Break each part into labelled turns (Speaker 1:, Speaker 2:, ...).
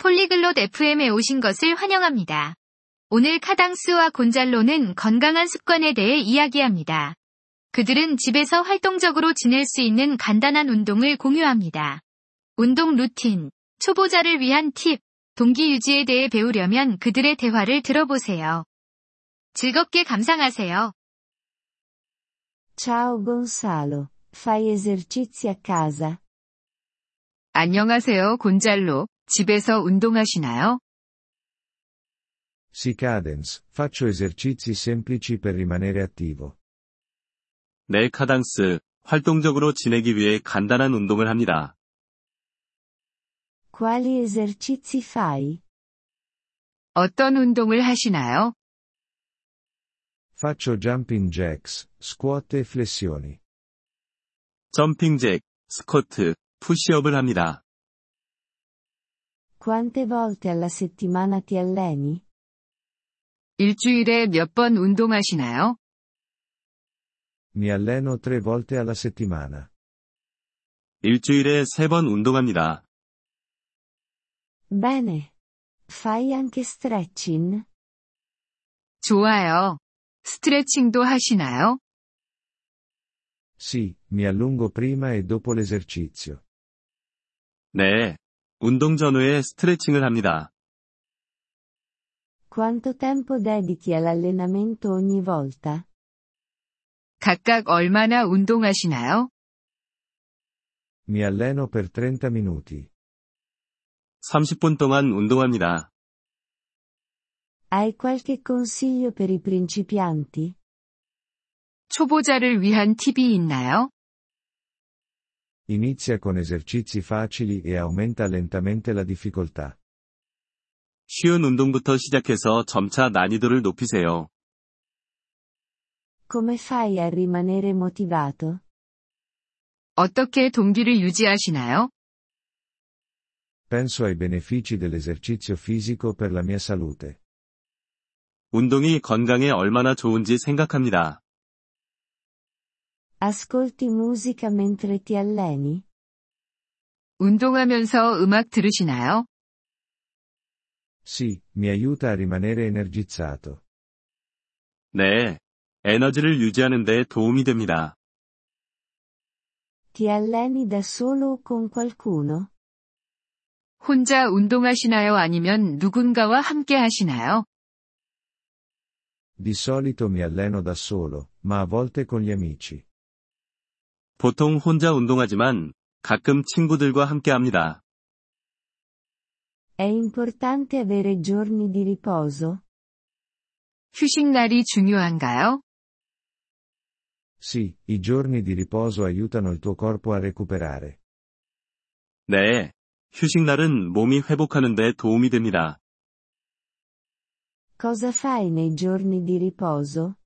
Speaker 1: 폴리글롯 FM에 오신 것을 환영합니다. 오늘 카당스와 곤잘로는 건강한 습관에 대해 이야기합니다. 그들은 집에서 활동적으로 지낼 수 있는 간단한 운동을 공유합니다. 운동 루틴, 초보자를 위한 팁, 동기 유지에 대해 배우려면 그들의 대화를 들어보세요. 즐겁게 감상하세요.
Speaker 2: Ciao Gonzalo, fai esercizi a casa?
Speaker 1: 안녕하세요, 곤잘로. 집에서 운동하시나요?
Speaker 3: Sì Cadence, faccio esercizi semplici per rimanere attivo.
Speaker 4: 네, 카당스. 활동적으로 지내기 위해 간단한 운동을 합니다.
Speaker 2: Quali esercizi fai?
Speaker 1: 어떤 운동을 하시나요?
Speaker 3: Faccio jumping jacks, squat e flessioni.
Speaker 4: 점핑잭, 스쿼트, 푸시업을 합니다.
Speaker 2: Quante volte alla settimana ti alleni?
Speaker 1: 일주일에 몇 번 운동하시나요?
Speaker 3: Mi alleno tre volte alla settimana.
Speaker 4: 일주일에 3번 운동합니다.
Speaker 2: Bene. Fai anche stretching?
Speaker 1: 좋아요. 스트레칭도 하시나요?
Speaker 3: Sì, mi allungo prima e dopo l'esercizio.
Speaker 4: 네. 운동 전후에 스트레칭을 합니다.
Speaker 2: Quanto tempo dedichi all'allenamento ogni volta?
Speaker 1: 각각 얼마나 운동하시나요?
Speaker 3: Mi alleno per 30 minuti.
Speaker 4: 30분 동안 운동합니다.
Speaker 2: Hai qualche consiglio per i principianti?
Speaker 1: 초보자를 위한 팁이 있나요?
Speaker 3: Inizia con esercizi facili e aumenta lentamente la difficoltà.
Speaker 4: 쉬운 운동부터 시작해서 점차 난이도를 높이세요.
Speaker 2: Come fai a rimanere motivato?
Speaker 1: 어떻게 동기를 유지하시나요?
Speaker 3: Penso ai benefici dell'esercizio fisico per la mia salute.
Speaker 4: 운동이 건강에 얼마나 좋은지 생각합니다.
Speaker 2: Ascolti musica mentre ti alleni?
Speaker 1: 운동하면서 음악 들으시나요?
Speaker 3: Sì, mi aiuta a rimanere energizzato.
Speaker 4: 네. 에너지를 유지하는 데 도움이 됩니다.
Speaker 2: Ti alleni da solo o con qualcuno?
Speaker 1: 혼자 운동하시나요? 아니면 누군가와 함께 하시나요?
Speaker 3: Di solito mi alleno da solo, ma a volte con gli amici.
Speaker 4: 보통 혼자 운동하지만 가끔 친구들과 함께 합니다.
Speaker 2: È importante avere giorni di riposo?
Speaker 1: 휴식날이 중요한가요?
Speaker 3: Sì, i giorni di riposo aiutano il tuo corpo a recuperare.
Speaker 4: 네. 휴식날은 몸이 회복하는 데 도움이 됩니다.
Speaker 2: Cosa fai nei giorni di riposo?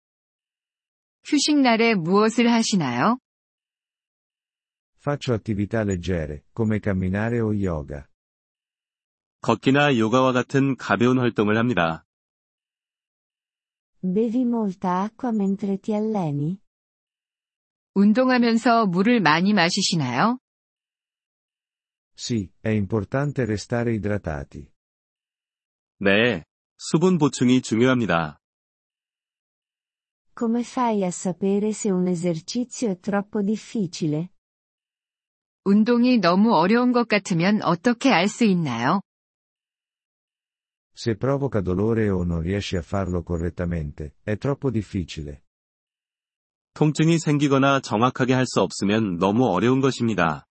Speaker 1: 휴식날에 무엇을 하시나요?
Speaker 3: Faccio attività leggere, come camminare o yoga.
Speaker 4: 걷기나 요가와 같은 가벼운 활동을 합니다.
Speaker 2: Bevi molta acqua mentre ti alleni?
Speaker 1: 운동하면서 물을 많이 마시시나요?
Speaker 3: Sì, è importante restare idratati.
Speaker 4: 네. 수분 보충이 중요합니다.
Speaker 2: Come fai a sapere se un esercizio è troppo difficile?
Speaker 1: 운동이 너무 어려운 것 같으면 어떻게 알 수 있나요?
Speaker 3: Se provoca dolore o non riesci a farlo correttamente, è troppo difficile.
Speaker 4: 통증이 생기거나 정확하게 할 수 없으면 너무 어려운 것입니다.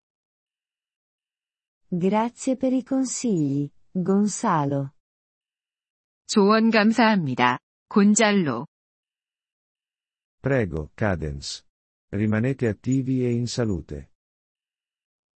Speaker 2: Grazie per i consigli, Gonzalo.
Speaker 1: 조언 감사합니다. 곤잘로.
Speaker 3: Prego, Cadence. Rimanete attivi e in salute.